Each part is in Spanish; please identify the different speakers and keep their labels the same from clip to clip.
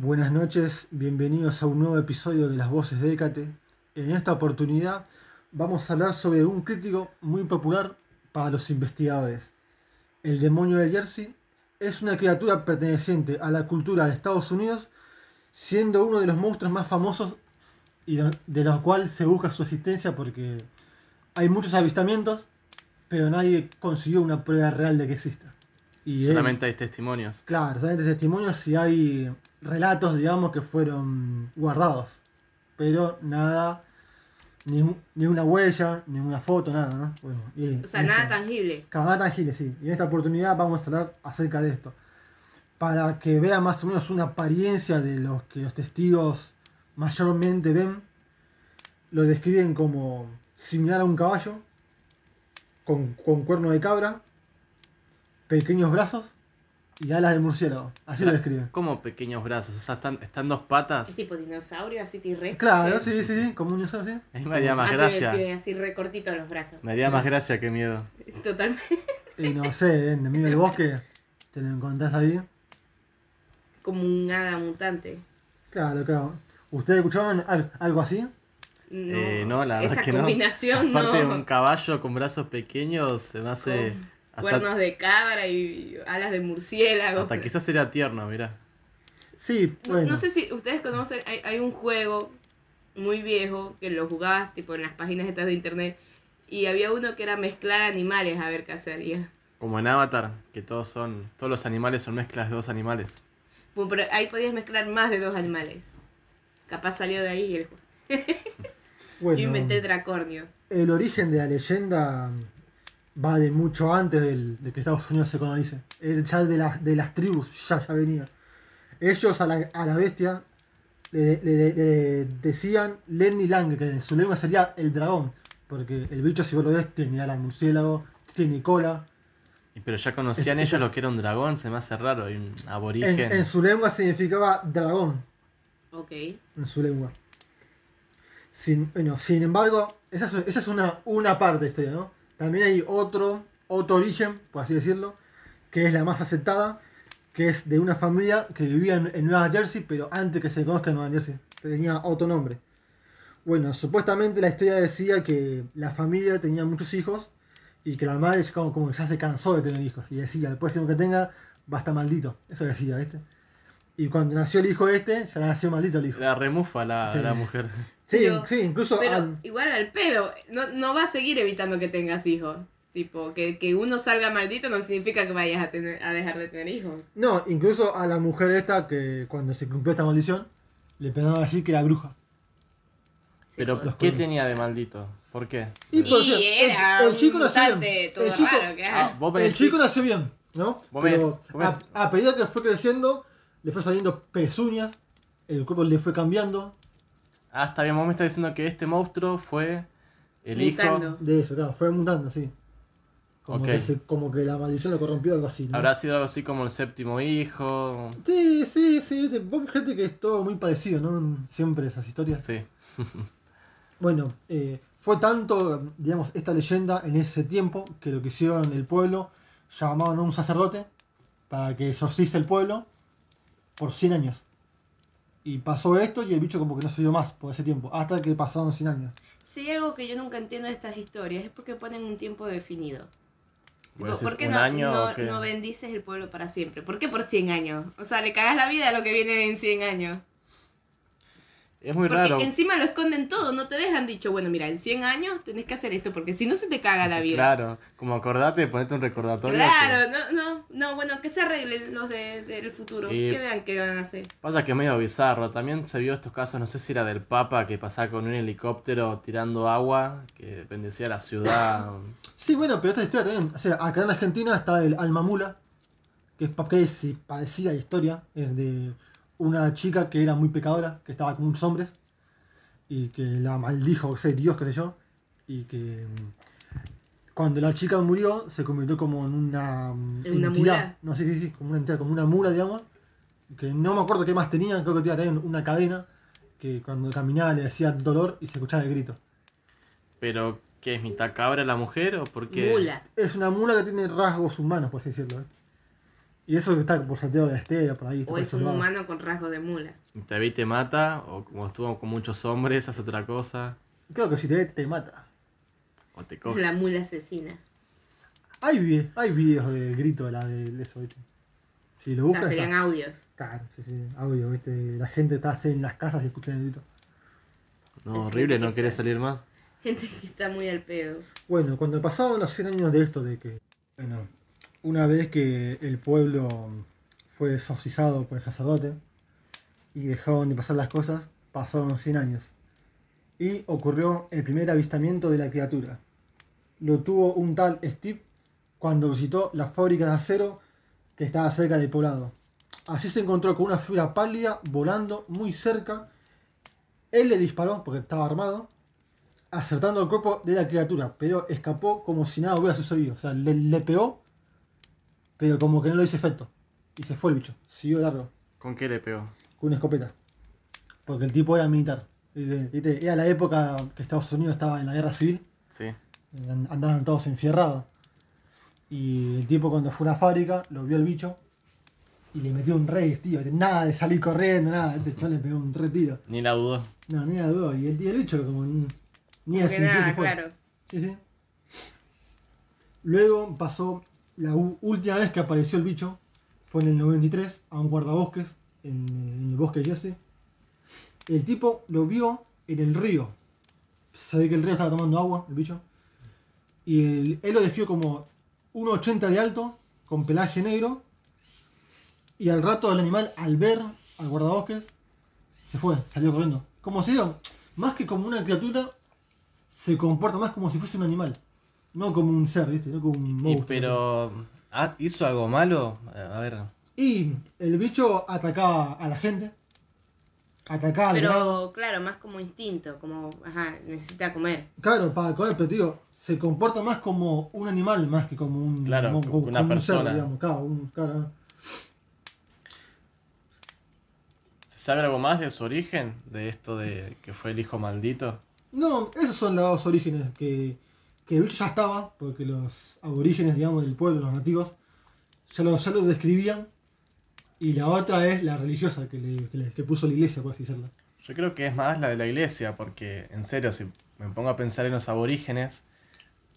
Speaker 1: noches, bienvenidos a un nuevo episodio de Las Voces de Hécate. En esta oportunidad vamos a hablar sobre un crítico muy popular para los investigadores. El demonio de Jersey es una criatura perteneciente a la cultura de Estados Unidos, siendo uno de los monstruos más famosos y de los cuales se busca su existencia porque hay muchos avistamientos, pero nadie consiguió una prueba real de que exista.
Speaker 2: Y solamente él, hay testimonios.
Speaker 1: Claro, solamente hay testimonios y hay relatos, digamos, que fueron guardados. Pero nada, ni, ni una huella, ni una foto, nada, ¿no?
Speaker 3: Bueno, y, o sea, nada esta, tangible.
Speaker 1: Nada tangible, sí. Y en esta oportunidad vamos a hablar acerca de esto. Para que vean más o menos una apariencia de los que los testigos mayormente ven, lo describen como similar a un caballo, con, con cuerno de cabra, pequeños brazos y alas de murciélago. Así lo describen.
Speaker 2: ¿Cómo pequeños brazos? O sea, están, están dos patas.
Speaker 3: Es tipo dinosaurio, así tirrestre.
Speaker 1: Eh, Claro, sí, sí, sí, como un dinosaurio.
Speaker 2: Sí. me haría más gracia.
Speaker 3: Tiene así recortitos los brazos.
Speaker 2: Me haría más gracia que miedo.
Speaker 3: Totalmente.
Speaker 1: Y no sé, en el medio del bosque, te lo encontrás ahí.
Speaker 3: Como un hada mutante.
Speaker 1: Claro, claro. ¿Ustedes escuchaban algo así?
Speaker 2: No, eh, no la
Speaker 3: esa
Speaker 2: verdad que
Speaker 3: combinación
Speaker 2: no. Aparte
Speaker 3: no.
Speaker 2: de un caballo con brazos pequeños, se me hace...
Speaker 3: Con... Hasta... cuernos de cabra y alas de murciélago.
Speaker 2: Hasta quizás era tierno, mirá.
Speaker 1: Sí,
Speaker 3: bueno. no, no, sé si ustedes conocen, hay, hay, un juego muy viejo que lo jugabas tipo en las páginas estas de internet y había uno que era mezclar animales a ver qué salía.
Speaker 2: Como en Avatar, que todos son, todos los animales son mezclas de dos animales.
Speaker 3: Bueno, pero ahí podías mezclar más de dos animales. Capaz salió de ahí el juego. bueno, Yo inventé el dracornio.
Speaker 1: El origen de la leyenda va de mucho antes del, de que Estados Unidos se colonice. Ya de, la, de las tribus ya, ya venía. Ellos a la, a la bestia le, le, le decían Lenny Lang, que en su lengua sería el dragón. Porque el bicho, si vos lo ves, tiene ala murciélago, tiene cola.
Speaker 2: Pero ya conocían es, ellos es, lo que era un dragón, se me hace raro, un aborigen.
Speaker 1: En, en su lengua significaba dragón.
Speaker 3: Ok.
Speaker 1: En su lengua. Sin, bueno, sin embargo, esa es, esa es una, una parte de historia, ¿no? También hay otro, otro origen, por así decirlo, que es la más aceptada, que es de una familia que vivía en, en Nueva Jersey, pero antes que se conozca en Nueva Jersey, tenía otro nombre. Bueno, supuestamente la historia decía que la familia tenía muchos hijos y que la madre como, como que ya se cansó de tener hijos. Y decía, el próximo que tenga va a estar maldito. Eso decía, ¿viste? Y cuando nació el hijo este, ya nació maldito el hijo.
Speaker 2: La remufa la, sí. la mujer.
Speaker 1: Sí, pero, sí, incluso.
Speaker 3: Pero al... igual al pedo, no, no, va a seguir evitando que tengas hijos. Tipo, que, que, uno salga maldito no significa que vayas a, tener, a dejar de tener hijos.
Speaker 1: No, incluso a la mujer esta que cuando se cumplió esta maldición, le pensaban decir que era bruja.
Speaker 2: Sí, pero, pues, ¿qué tenía de maldito? ¿Por qué?
Speaker 3: Y, por y ser, era el, el chico nació bien. El chico, raro,
Speaker 1: ah, el chico nació bien, ¿no? Pero ves, ves. A, a medida que fue creciendo, le fue saliendo pezuñas, el cuerpo le fue cambiando,
Speaker 2: Ah, está bien, vos me estás diciendo que este monstruo fue el mutando. hijo.
Speaker 1: De eso, claro, fue mutando, sí. Como, okay. que se, como que la maldición lo corrompió algo así.
Speaker 2: ¿no? Habrá sido algo así como el séptimo hijo.
Speaker 1: Sí, sí, sí. Vos fíjate que es todo muy parecido, ¿no? Siempre esas historias.
Speaker 2: Sí.
Speaker 1: bueno, eh, fue tanto, digamos, esta leyenda en ese tiempo que lo que hicieron el pueblo, llamaron a un sacerdote para que exorcice el pueblo por 100 años. Y pasó esto y el bicho como que no se dio más por ese tiempo, hasta que pasaron 100 años.
Speaker 3: Si sí, algo que yo nunca entiendo de estas historias es porque ponen un tiempo definido.
Speaker 2: Pues
Speaker 3: ¿Por qué
Speaker 2: un
Speaker 3: no,
Speaker 2: año
Speaker 3: no, no, bendices el pueblo para siempre? ¿Por qué por 100 años? O sea, le cagas la vida a lo que viene en 100 años.
Speaker 2: Es muy
Speaker 3: porque
Speaker 2: raro.
Speaker 3: encima lo esconden todo, no te dejan dicho, bueno, mira, en 100 años tenés que hacer esto, porque si no se te caga la vida.
Speaker 2: Claro, como acordate, ponete un recordatorio.
Speaker 3: Claro, que... no, no, no, bueno, que se arreglen los de, del futuro, y... que vean qué van a hacer.
Speaker 2: Pasa que es medio bizarro, también se vio estos casos, no sé si era del Papa, que pasaba con un helicóptero tirando agua, que bendecía la ciudad.
Speaker 1: sí, bueno, pero esta historia también, o sea, acá en Argentina está el Almamula, que es, que es parecida historia, es de una chica que era muy pecadora, que estaba con unos hombres, y que la maldijo, o sea, Dios, qué sé yo, y que mm, cuando la chica murió se convirtió como en una, mm,
Speaker 3: ¿En una
Speaker 1: entidad,
Speaker 3: mula?
Speaker 1: no sé, sí, sí, como una entidad, como una mula, digamos, que no me acuerdo qué más tenía, creo que tenía también una cadena, que cuando caminaba le decía dolor y se escuchaba el grito.
Speaker 2: Pero, ¿qué es mitad cabra la mujer o por qué?
Speaker 3: Mula.
Speaker 1: Es una mula que tiene rasgos humanos, por así decirlo. ¿eh? Y eso que está por Santiago de Estero, por ahí. está
Speaker 3: O es un
Speaker 1: preservado.
Speaker 3: humano con rasgos de mula.
Speaker 2: Te vi, te mata, o como estuvo con muchos hombres, hace otra cosa,
Speaker 1: Creo que si te ve, te mata.
Speaker 2: o te coge.
Speaker 3: La mula asesina.
Speaker 1: Hay, vi- hay videos de grito de la de, de eso, ¿viste? Si lo
Speaker 3: O sea,
Speaker 1: buscas.
Speaker 3: serían
Speaker 1: está.
Speaker 3: audios.
Speaker 1: Claro, sí, sí, audio, ¿viste? La gente está así en las casas y escucha el grito.
Speaker 2: No,
Speaker 3: Es
Speaker 2: horrible, no
Speaker 3: gente que
Speaker 2: querés
Speaker 3: está-
Speaker 2: salir más.
Speaker 3: Gente que está muy al pedo.
Speaker 1: Bueno, cuando pasaban los 100 años de esto, de que, bueno, una vez que el pueblo fue exorcizado por el sacerdote y dejaron de pasar las cosas, pasaron 100 años. Y ocurrió el primer avistamiento de la criatura. Lo tuvo un tal Steve cuando visitó la fábrica de acero que estaba cerca del poblado. Allí se encontró con una figura pálida volando muy cerca. Él le disparó porque estaba armado acertando el cuerpo de la criatura, pero escapó como si nada hubiera sucedido. O sea, le, le pegó, pero como que no lo hizo efecto. Y se fue el bicho, siguió largo,
Speaker 2: ¿Con qué le pegó?
Speaker 1: con una escopeta. Porque el tipo era militar. ¿viste? ¿Viste? Era la época que Estados Unidos estaba en la guerra civil,
Speaker 2: Sí.
Speaker 1: and- andaban todos enfierrados. Y el tipo cuando fue a una fábrica, lo vio el bicho y le metió un rey, tío. Nada de salir corriendo, nada. Este chaval le pegó un retiro.
Speaker 2: Ni la dudó.
Speaker 1: No, ni a duda. Y el, y el bicho como... n- Ni
Speaker 3: Porque
Speaker 1: asintió y se
Speaker 3: nada,
Speaker 1: fue.
Speaker 3: claro.
Speaker 1: Sí, sí. Luego pasó, la u- última vez que apareció el bicho fue en el 93 a un guardabosques en, en el bosque de Jersey. El tipo lo vio en el río. Se ve que el río estaba tomando agua, el bicho. Y el- él lo describió como 1,80 de alto, con pelaje negro. Y al rato el animal, al ver al guardabosques, se fue, salió corriendo. Como si, digo, más que como una criatura, se comporta más como si fuese un animal. No como un ser, ¿viste? No como un
Speaker 2: Y,
Speaker 1: monstruo.
Speaker 2: pero. ah, ¿Hizo algo malo? Eh, A ver.
Speaker 1: Y el bicho atacaba a la gente. Atacaba al ganado.
Speaker 3: Pero claro, más como instinto, como, ajá, necesita comer.
Speaker 1: Claro, para comer, pero tío, se comporta más como un animal más que como un.
Speaker 2: Claro,
Speaker 1: como-
Speaker 2: como
Speaker 1: como
Speaker 2: una
Speaker 1: un ser,
Speaker 2: persona.
Speaker 1: digamos, claro, un- claro.
Speaker 2: ¿Se sabe algo más de su origen? De esto de que fue el hijo maldito.
Speaker 1: No, esos son los orígenes que, que el bicho ya estaba, porque los aborígenes, digamos, del pueblo, los nativos, ya lo, ya lo describían. Y la otra es la religiosa que, le, que, le- que puso la iglesia, por así decirlo.
Speaker 2: Yo creo que es más la de la iglesia, porque en serio, si me pongo a pensar en los aborígenes,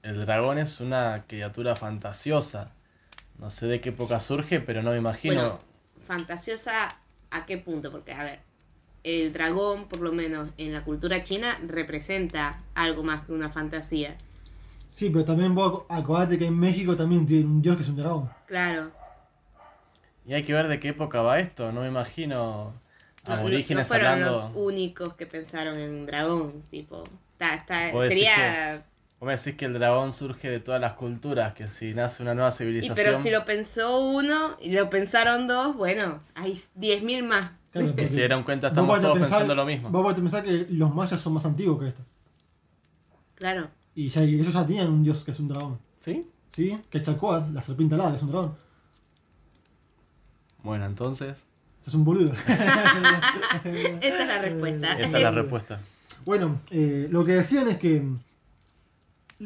Speaker 2: el dragón es una criatura fantasiosa. No sé de qué época surge, pero no me imagino.
Speaker 3: Bueno. Fantasiosa, ¿a qué punto? Porque, a ver, el dragón, por lo menos en la cultura china, representa algo más que una fantasía.
Speaker 1: Sí, pero también vos acu- acordate que en México también tiene un dios que es un dragón.
Speaker 3: Claro.
Speaker 2: Y hay que ver de qué época va esto, no me imagino
Speaker 3: No, no- no
Speaker 2: aborígenes
Speaker 3: fueron
Speaker 2: hablando.
Speaker 3: los únicos que pensaron en un dragón, tipo. Está, está-
Speaker 2: Vos decís
Speaker 3: sería.
Speaker 2: Vos me decís que el dragón surge de todas las culturas, que si nace una nueva
Speaker 3: Y
Speaker 2: civilización.
Speaker 3: pero si lo pensó uno y lo pensaron dos, bueno, hay 10.000 más.
Speaker 1: Claro,
Speaker 2: y
Speaker 1: porque-
Speaker 2: se dieron cuenta,
Speaker 1: Vos
Speaker 2: estamos
Speaker 1: vas a
Speaker 2: todos
Speaker 1: pensar-
Speaker 2: pensando lo mismo.
Speaker 1: Vos vas a pensar que los mayas son más antiguos que esto.
Speaker 3: Claro.
Speaker 1: Y ya, y ellos ya tenían un dios que es un dragón.
Speaker 2: ¿Sí?
Speaker 1: ¿Sí? Que es Chacoat, la serpiente alada, que es un dragón.
Speaker 2: Bueno, entonces,
Speaker 1: Eso es un boludo.
Speaker 3: Esa Ah, es la respuesta.
Speaker 2: esa es la respuesta.
Speaker 1: bueno, eh, lo que decían es que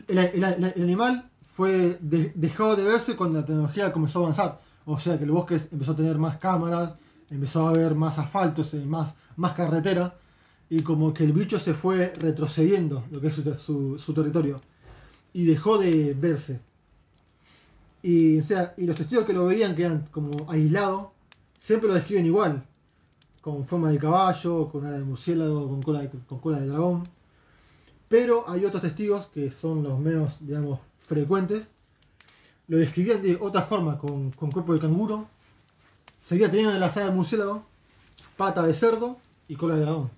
Speaker 1: el, el- el- el animal fue de- dejado de verse cuando la tecnología comenzó a avanzar. O sea que el bosque empezó a tener más cámaras, empezó a haber más asfaltos, eh, más, más carretera. Y como que el bicho se fue retrocediendo, lo que es su, ter- su- su territorio. Y dejó de verse. Y, o sea, y los testigos que lo veían quedan como aislados. Siempre lo describen igual. Con forma de caballo, con ala de murciélago, con cola de, con cola de dragón. Pero hay otros testigos que son los menos, digamos, frecuentes. Lo describían de otra forma, con, con cuerpo de canguro. Seguía teniendo la sala de murciélago, pata de cerdo y cola de dragón.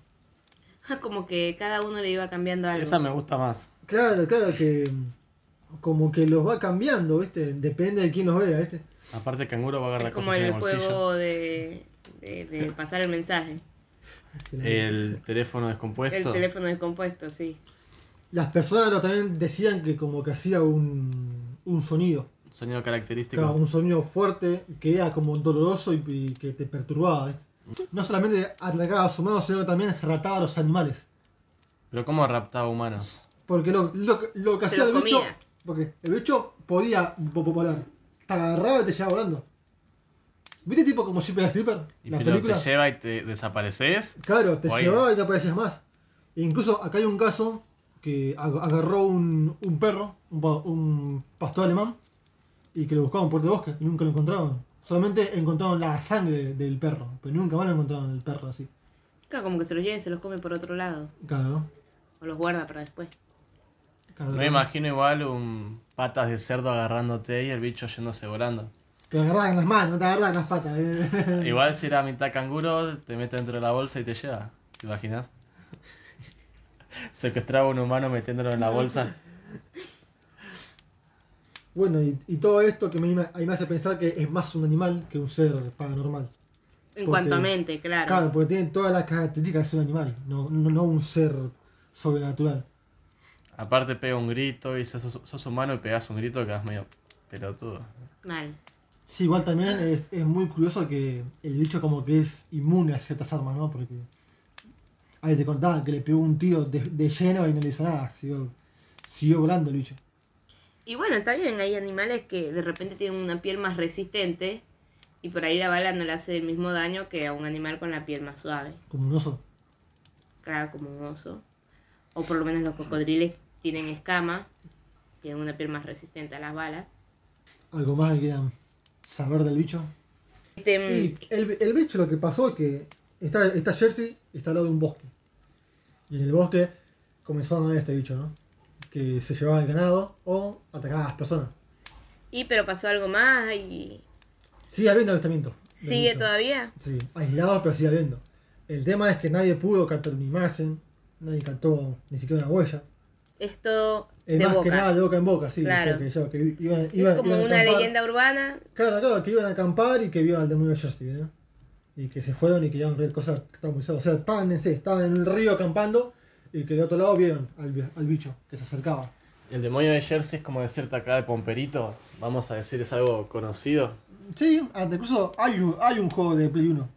Speaker 3: Ah, Como que cada uno le iba cambiando algo.
Speaker 2: Esa me gusta más.
Speaker 1: Claro, claro que mm, como que los va cambiando, ¿viste? Depende de quién los vea, ¿viste?
Speaker 2: Aparte, el canguro va a
Speaker 3: Es
Speaker 2: agarrar
Speaker 3: como
Speaker 2: cosas en el
Speaker 3: el
Speaker 2: bolsillo.
Speaker 3: juego de, de- de pasar el mensaje.
Speaker 1: Se la-
Speaker 2: El teléfono descompuesto.
Speaker 3: El teléfono descompuesto, sí.
Speaker 1: Las personas lo- también decían que como que hacía un, un sonido,
Speaker 2: Sonido característico.
Speaker 1: claro, un sonido fuerte que era como doloroso y, y que te perturbaba, ¿viste? No solamente atacaba a su mano, sino que también se rataba a los animales.
Speaker 2: Pero ¿cómo raptaba humanos?
Speaker 1: Porque lo, lo, que- lo que
Speaker 3: Se
Speaker 1: hacía el
Speaker 3: lo
Speaker 1: bicho.
Speaker 3: comía.
Speaker 1: Porque el bicho podía vo- vo- volar. Te agarraba y te llevaba volando. ¿Viste tipo como Jeep the Stripper?
Speaker 2: Y
Speaker 1: La
Speaker 2: pero
Speaker 1: película.
Speaker 2: te lleva y te desapareces.
Speaker 1: Claro, te
Speaker 2: Oye.
Speaker 1: llevaba y no aparecías más. E incluso acá hay un caso que ag- agarró un, un perro, un, pa- un pastor alemán, y que lo buscaban por el bosque y nunca lo encontraban. Solamente encontraron la sangre del perro, pero nunca más lo encontraron el perro así.
Speaker 3: Claro, como que se los lleven, se los come por otro lado.
Speaker 1: Claro,
Speaker 3: O los guarda para después.
Speaker 1: claro.
Speaker 2: No me imagino igual un patas de cerdo agarrándote y el bicho yéndose volando.
Speaker 1: Te agarraban las manos, te agarraban las patas. eh.
Speaker 2: Igual si era mitad canguro, te mete dentro de la bolsa y te lleva. ¿Te imaginas? Secuestraba a un humano metiéndolo en la bolsa.
Speaker 1: Bueno, y, y todo esto que me, ima- ahí me hace pensar que es más un animal que un ser paranormal.
Speaker 3: En
Speaker 1: Porque-
Speaker 3: cuanto a mente, claro.
Speaker 1: Claro, porque tiene todas las características de ser un animal, no, no, no un ser sobrenatural.
Speaker 2: Aparte pega un grito y sos, sos humano y pegas un grito que quedas medio pelotudo.
Speaker 3: Mal.
Speaker 1: Sí, igual también es, es muy curioso que el bicho como que es inmune a ciertas armas, ¿no? Porque ahí te contaba que le pegó un tío de, de lleno y no le hizo nada, siguió, siguió volando el bicho.
Speaker 3: Y bueno, está bien, hay animales que de repente tienen una piel más resistente y por ahí la bala no le hace el mismo daño que a un animal con la piel más suave.
Speaker 1: Como un oso.
Speaker 3: Claro, como un oso. O por lo menos los cocodriles tienen escama, tienen una piel más resistente a las balas.
Speaker 1: Algo más que quieran saber del bicho.
Speaker 3: Este,
Speaker 1: Y el, el bicho lo que pasó es que está, está Jersey y está al lado de un bosque. Y en el bosque comenzó a ver este bicho, ¿no? Que se llevaba el ganado o atacaba a las personas.
Speaker 3: y pero pasó algo más y
Speaker 1: Sigue habiendo avistamientos. del
Speaker 3: sigue
Speaker 1: bicho.
Speaker 3: todavía.
Speaker 1: Sí, aislados pero sigue habiendo. El tema es que nadie pudo captar una imagen, nadie captó ni siquiera una huella.
Speaker 3: Es todo
Speaker 1: Es
Speaker 3: de
Speaker 1: más que
Speaker 3: boca.
Speaker 1: nada de boca en boca, sí. o sea,
Speaker 3: Claro.
Speaker 1: que yo- que i- iban-
Speaker 3: es
Speaker 1: iban-
Speaker 3: como
Speaker 1: iban a
Speaker 3: una
Speaker 1: acampar.
Speaker 3: leyenda urbana.
Speaker 1: Claro, claro, que iban a acampar y que vio al demonio Jersey, ¿eh? Y que se fueron y que iban a ver cosas que estaban muy cerca. O sea, estaban en, sí, estaban en el río acampando y que de otro lado vieron al, bi- al bicho que se acercaba.
Speaker 2: El demonio de Jersey es como decirte acá de Pomperito. Vamos a decir, es algo conocido.
Speaker 1: Sí, hasta incluso hay un, hay un juego de Play 1.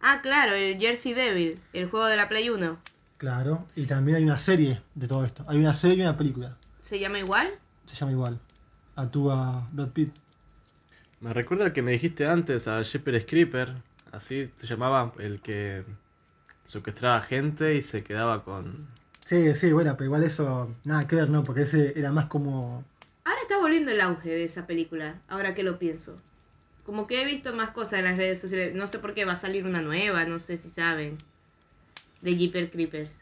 Speaker 3: Ah, claro, el Jersey Devil, el juego de la Play 1.
Speaker 1: Claro, y también hay una serie de todo esto. Hay una serie y una película.
Speaker 3: ¿Se llama igual?
Speaker 1: Se llama igual. Actúa Brad Pitt.
Speaker 2: Me recuerda al que me dijiste antes, a Jeeper Screeper. Así se llamaba el que secuestraba gente y se quedaba con.
Speaker 1: Sí, sí, bueno, pero igual eso nada que ver, ¿no? Porque ese era más como.
Speaker 3: Ahora está volviendo el auge de esa película, ahora que lo pienso. Como que he visto más cosas en las redes sociales, no sé por qué va a salir una nueva, no sé si saben. De Jeeper Creepers.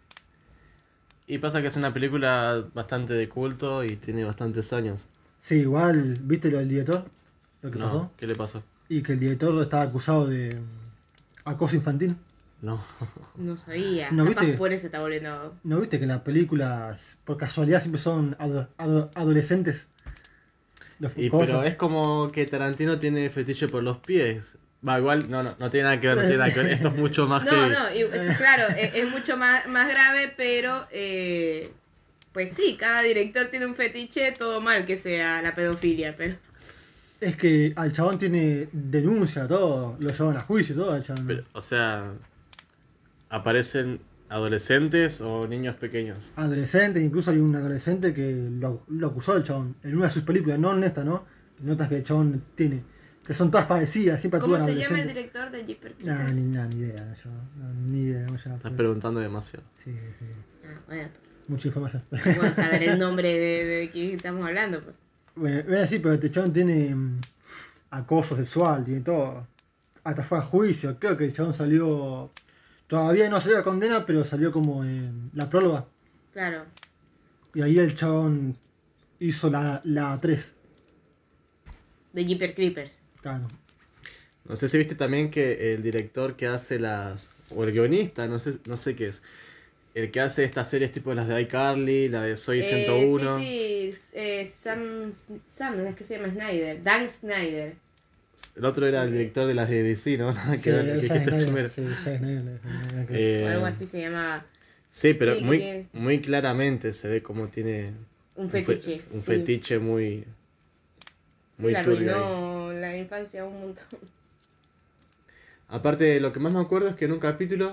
Speaker 2: Y pasa que es una película bastante de culto y tiene bastantes años.
Speaker 1: Sí, igual, ¿viste lo del director? Lo que
Speaker 2: No,
Speaker 1: pasó.
Speaker 2: ¿Qué le pasó?
Speaker 1: Y que el director estaba acusado de mm, acoso infantil.
Speaker 2: No.
Speaker 3: No sabía.
Speaker 1: ¿No
Speaker 3: Capaz
Speaker 1: viste?
Speaker 3: por eso está volviendo.
Speaker 1: ¿No viste que en las películas, por casualidad, siempre son ado- ado- adolescentes? Los
Speaker 2: Y,
Speaker 1: cosas.
Speaker 2: pero es como que Tarantino tiene fetiche por los pies. Va, igual, no, no, no tiene nada que ver, no tiene nada que ver. Esto es mucho más
Speaker 3: No,
Speaker 2: que.
Speaker 3: no, y- Ah, sí, claro, es, es mucho más, más grave, pero eh, pues sí, cada director tiene un fetiche, todo mal que sea la pedofilia, pero
Speaker 1: Es que al chabón tiene denuncia, todo. Lo llevan a juicio, todo al chabón.
Speaker 2: Pero, o sea, aparecen adolescentes o niños pequeños.
Speaker 1: adolescente, incluso hay un adolescente que lo, lo acusó el chabón en una de sus películas, no en esta, ¿no? Notas que el chabón tiene, que son todas parecidas, siempre
Speaker 3: ¿cómo
Speaker 1: actúan
Speaker 3: se llama el
Speaker 1: adolescentes.
Speaker 3: director de Jeeper
Speaker 1: Nah,
Speaker 3: Creepers?
Speaker 1: ni, nah, ni idea, yo, no, ni idea cómo se llama.
Speaker 2: Estás preguntando demasiado.
Speaker 1: Sí, sí,
Speaker 3: Ah, bueno,
Speaker 1: mucha información.
Speaker 3: bueno, saber el nombre de, de quién estamos hablando, pues.
Speaker 1: bueno, bueno, sí, pero este chabón tiene mm, acoso sexual, tiene todo. Hasta fue a juicio, creo que el chabón salió, todavía no salió la condena, pero salió como en la próloga.
Speaker 3: Claro.
Speaker 1: Y ahí el chabón hizo la, la 3,
Speaker 3: De Jeeper Creepers.
Speaker 1: claro.
Speaker 2: No sé si viste también que el director que hace las. o el guionista, no sé, no sé qué es. El que hace estas series tipo las de iCarly, la de Soy
Speaker 3: Eh,
Speaker 2: 101.
Speaker 3: sí, sí, eh, Sam, Sam, es que se llama Snyder, Dan Snyder.
Speaker 2: El otro era el director de las de DC, ¿no? Nada que
Speaker 1: Sí,
Speaker 2: ver, el que
Speaker 1: Zack
Speaker 2: dijiste
Speaker 1: Snyder,
Speaker 2: primero.
Speaker 1: sí, Zack Snyder, nada que ver.
Speaker 2: Eh,
Speaker 3: O algo así se llama
Speaker 2: Sí, pero
Speaker 3: Sí, que
Speaker 2: muy,
Speaker 3: tiene-
Speaker 2: muy claramente se ve como tiene
Speaker 3: un
Speaker 2: fe-
Speaker 3: fetiche.
Speaker 2: un
Speaker 3: sí.
Speaker 2: fetiche muy,
Speaker 3: Sí,
Speaker 2: muy
Speaker 3: le
Speaker 2: turbio. ahí.
Speaker 3: arruinó la infancia un montón.
Speaker 2: Aparte, lo que más me acuerdo es que en un capítulo,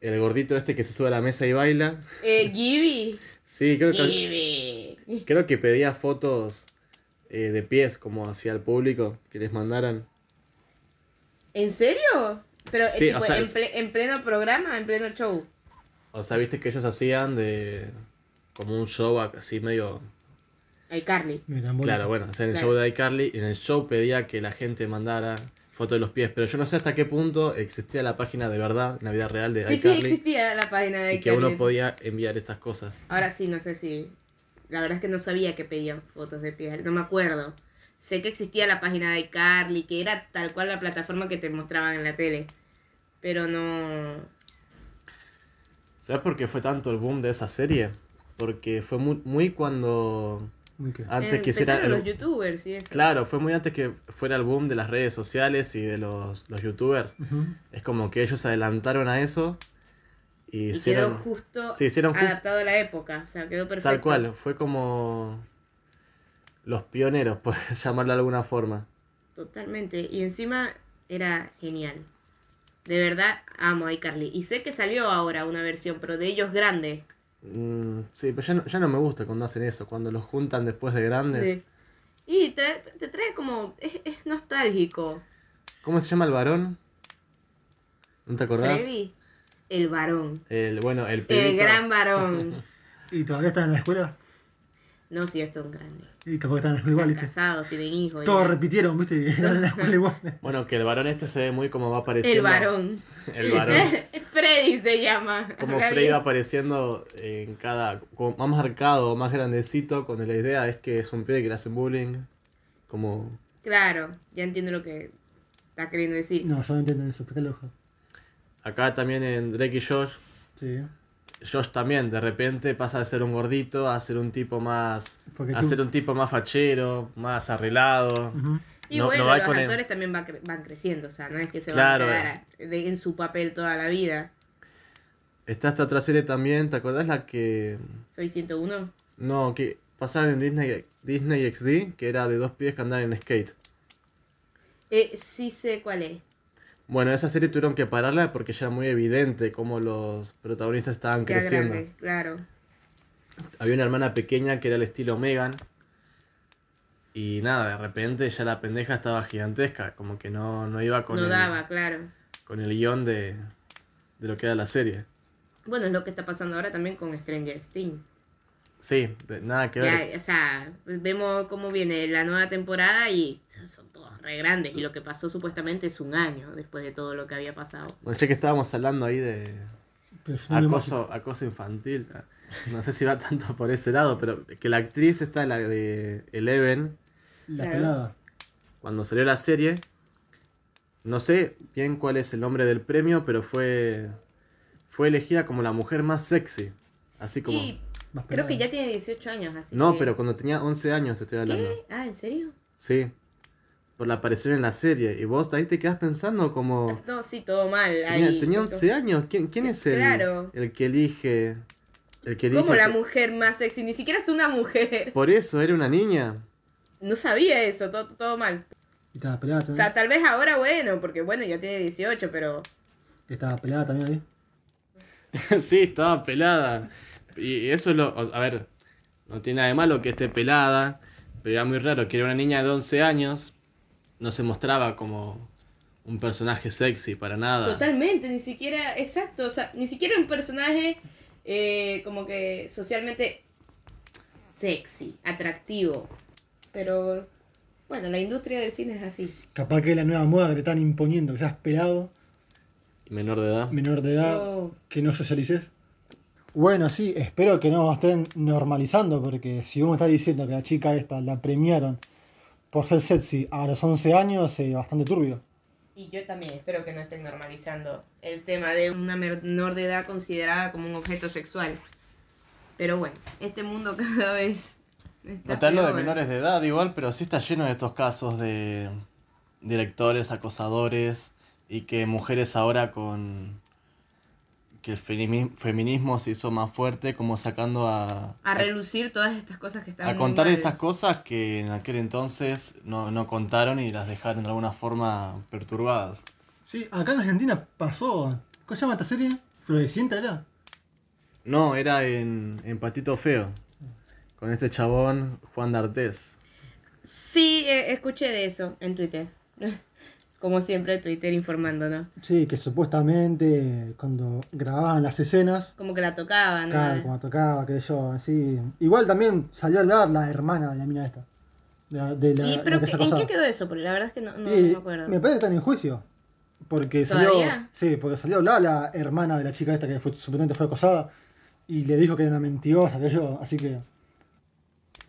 Speaker 2: el gordito este que se sube a la mesa y baila,
Speaker 3: Eh, Gibby.
Speaker 2: sí, creo que,
Speaker 3: Gibby.
Speaker 2: creo que pedía fotos eh, de pies como hacia el público que les mandaran.
Speaker 3: ¿En serio? Pero eh,
Speaker 2: Sí,
Speaker 3: tipo,
Speaker 2: o sea,
Speaker 3: en,
Speaker 2: es-
Speaker 3: ple- en pleno programa, en pleno show.
Speaker 2: O sea, viste que ellos hacían de. como un show así medio.
Speaker 3: Hay Carly.
Speaker 1: Mira, bueno.
Speaker 2: Claro, bueno, hacían el
Speaker 3: Claro.
Speaker 2: show de iCarly y en el show pedía que la gente mandara fotos de los pies, pero yo no sé hasta qué punto existía la página de verdad, en la vida real de
Speaker 3: Sí, sí,
Speaker 2: iCarly
Speaker 3: existía la página de
Speaker 2: y que uno
Speaker 3: iCarly.
Speaker 2: podía enviar estas cosas.
Speaker 3: Ahora sí, no sé si. La verdad es que no sabía que pedían fotos de piel, no me acuerdo. Sé que existía la página de iCarly, que era tal cual la plataforma que te mostraban en la tele. Pero no.
Speaker 2: ¿Sabes por qué fue tanto el boom de esa serie? Porque fue muy, muy cuando
Speaker 1: Muy que-
Speaker 2: antes que
Speaker 3: Empezaron
Speaker 2: hiciera el-
Speaker 3: los youtubers y eso.
Speaker 2: Claro, fue muy antes que fuera el boom de las redes sociales y de los, los youtubers.
Speaker 1: Ujú.
Speaker 2: Es como que ellos se adelantaron a eso y,
Speaker 3: Y
Speaker 2: hicieron
Speaker 3: quedó justo
Speaker 2: sí, hicieron justo-
Speaker 3: adaptado a la época. O sea, quedó perfecto.
Speaker 2: tal cual. Fue como los pioneros, por llamarlo de alguna forma.
Speaker 3: Totalmente. Y encima era genial. De verdad, amo a iCarly. Y sé que salió ahora una versión, pero de ellos grande.
Speaker 2: Mm, sí, pero ya no, ya no me gusta cuando hacen eso, cuando los juntan después de grandes.
Speaker 3: Sí. Y te, te trae como. Es, es nostálgico.
Speaker 2: ¿Cómo se llama el varón? ¿No te acordás?
Speaker 3: Freddy, el varón.
Speaker 2: El, bueno, el pibito.
Speaker 3: El gran varón.
Speaker 1: ¿Y todavía están en la escuela?
Speaker 3: No, si es un grande.
Speaker 1: Y capaz que están en la escuela igual,
Speaker 3: Están
Speaker 1: ¿viste?
Speaker 3: casados, tienen hijos.
Speaker 1: Todos
Speaker 3: ya.
Speaker 1: repitieron, ¿viste? Y están en la escuela igual.
Speaker 2: Bueno, que el varón este se ve muy como va apareciendo.
Speaker 3: el varón.
Speaker 2: El varón.
Speaker 3: Freddy se llama.
Speaker 2: Como
Speaker 3: Habla
Speaker 2: Frey va
Speaker 3: bien.
Speaker 2: apareciendo en cada. como más marcado, más grandecito, cuando la idea es que es un pibe que le hacen bullying. Como.
Speaker 3: Claro, ya entiendo lo que está queriendo decir.
Speaker 1: No, yo no entiendo eso, pero está loco.
Speaker 2: Acá también en Drake y Josh.
Speaker 1: Sí.
Speaker 2: Josh también, de repente pasa de ser un gordito a ser un tipo más.
Speaker 1: Porque
Speaker 2: a
Speaker 1: tú-
Speaker 2: ser un tipo más fachero, más arreglado.
Speaker 1: Ujú.
Speaker 3: Y
Speaker 2: No-
Speaker 3: bueno,
Speaker 2: no va
Speaker 3: los
Speaker 2: con el-
Speaker 3: actores también va cre- van creciendo, o sea, no es que se
Speaker 2: Claro.
Speaker 3: van a quedar de- en su papel toda la vida.
Speaker 2: Está esta otra serie también, ¿te acordás la que.
Speaker 3: Soy 101.
Speaker 2: No, que pasaba en Disney, Disney XD, que era de dos pibes que andaban en skate.
Speaker 3: Eh, sí sé cuál es.
Speaker 2: Bueno, esa serie tuvieron que pararla porque ya era muy evidente cómo los protagonistas estaban
Speaker 3: Ya
Speaker 2: creciendo.
Speaker 3: grande, claro.
Speaker 2: Había una hermana pequeña que era el estilo Megan. Y nada, de repente ya la pendeja estaba gigantesca, como que no, no iba con,
Speaker 3: no
Speaker 2: el,
Speaker 3: daba, claro.
Speaker 2: con el guión de, de lo que era la serie.
Speaker 3: Bueno, es lo que está pasando ahora también con Stranger Things.
Speaker 2: Sí, de- nada que ver.
Speaker 3: Ya, o sea, vemos cómo viene la nueva temporada y son todos re grandes. Y lo que pasó supuestamente es un año después de todo lo que había pasado.
Speaker 2: Bueno, ya que estábamos hablando ahí de
Speaker 1: Pero es un libro
Speaker 2: acoso, acoso infantil, ah, no sé si va tanto por ese lado, pero que la actriz está la de Eleven,
Speaker 1: mágico. La
Speaker 3: Claro.
Speaker 1: pelada.
Speaker 2: cuando salió la serie, no sé bien cuál es el nombre del premio, pero fue, fue elegida como la mujer más sexy. Así como...
Speaker 3: Y
Speaker 1: más
Speaker 3: creo
Speaker 1: pelada.
Speaker 3: que ya tiene 18 años, así
Speaker 2: No,
Speaker 3: que-
Speaker 2: pero cuando tenía 11 años te estoy hablando.
Speaker 3: ¿Qué? Ah, ¿en serio?
Speaker 2: Sí. Por la aparición en la serie. Y vos ahí te quedás pensando como...
Speaker 3: Ah, No, sí, todo mal.
Speaker 2: Tenía,
Speaker 3: ahí,
Speaker 2: tenía
Speaker 3: todo-
Speaker 2: 11 años. ¿Quién, quién es el,
Speaker 3: Claro.
Speaker 2: el que elige? El que elige...
Speaker 3: ¿Cómo la
Speaker 2: que-
Speaker 3: mujer más sexy? Ni siquiera es una mujer.
Speaker 2: Por eso, era una niña.
Speaker 3: No sabía eso, todo, todo mal.
Speaker 1: Y estaba pelada
Speaker 3: O
Speaker 1: también.
Speaker 3: sea, tal vez ahora bueno, porque bueno, ya tiene 18, pero
Speaker 1: Estaba pelada también ahí.
Speaker 2: sí, estaba pelada. Y eso es lo... o- A ver, no tiene nada de malo que esté pelada. Pero era muy raro que era una niña de 11 años. No se mostraba como un personaje sexy para
Speaker 3: Ah.
Speaker 2: nada.
Speaker 3: totalmente, ni siquiera, exacto, o sea, ni siquiera un personaje eh, como que socialmente sexy, atractivo. Pero bueno, la industria del cine es así.
Speaker 1: Capaz que es la nueva moda que te están imponiendo, que seas pelado,
Speaker 2: Menor de edad.
Speaker 1: menor de edad,
Speaker 3: No,
Speaker 1: que no socialices. Bueno, sí, espero que no estén normalizando, porque si uno está diciendo que la chica esta la premiaron por ser sexy a los 11 años, es bastante turbio.
Speaker 3: y yo también espero que no estén normalizando el tema de una menor de edad considerada como un objeto sexual. Pero bueno, este mundo cada vez está
Speaker 2: Notarlo de
Speaker 3: peor. ¿eh?
Speaker 2: menores de edad igual, pero sí está lleno de estos casos de directores, acosadores y que mujeres ahora con que el femini- feminismo se hizo más fuerte como sacando a
Speaker 3: a relucir todas estas cosas que están
Speaker 2: a
Speaker 3: muy
Speaker 2: contar
Speaker 3: mal.
Speaker 2: estas cosas que en aquel entonces no, no contaron y las dejaron de alguna forma perturbadas.
Speaker 1: Sí, acá en Argentina pasó. ¿Cómo se llama esta serie? Floreciente era.
Speaker 2: No, era en, en Patito Feo, con este chabón Juan D'Artés.
Speaker 3: Sí, eh, escuché de eso en Twitter. como siempre, Twitter informándonos.
Speaker 1: Sí, que supuestamente cuando grababan las escenas,
Speaker 3: Como que la tocaba, ¿no?
Speaker 1: claro, como tocaba, que yo, así. Igual también salió a hablar la hermana de la mina esta. De la, de la-
Speaker 3: ¿Y
Speaker 1: la
Speaker 3: pero
Speaker 1: que
Speaker 3: qué-
Speaker 1: se
Speaker 3: en
Speaker 1: acosaba.
Speaker 3: qué quedó eso? Porque la verdad es que no, no,
Speaker 1: Y
Speaker 3: no me acuerdo.
Speaker 1: me parece que están en juicio. Porque salió,
Speaker 3: ¿Todavía?
Speaker 1: sí, porque salió a hablar la hermana de la chica esta que fue- supuestamente fue acosada y le dijo que era una mentirosa, que yo, así que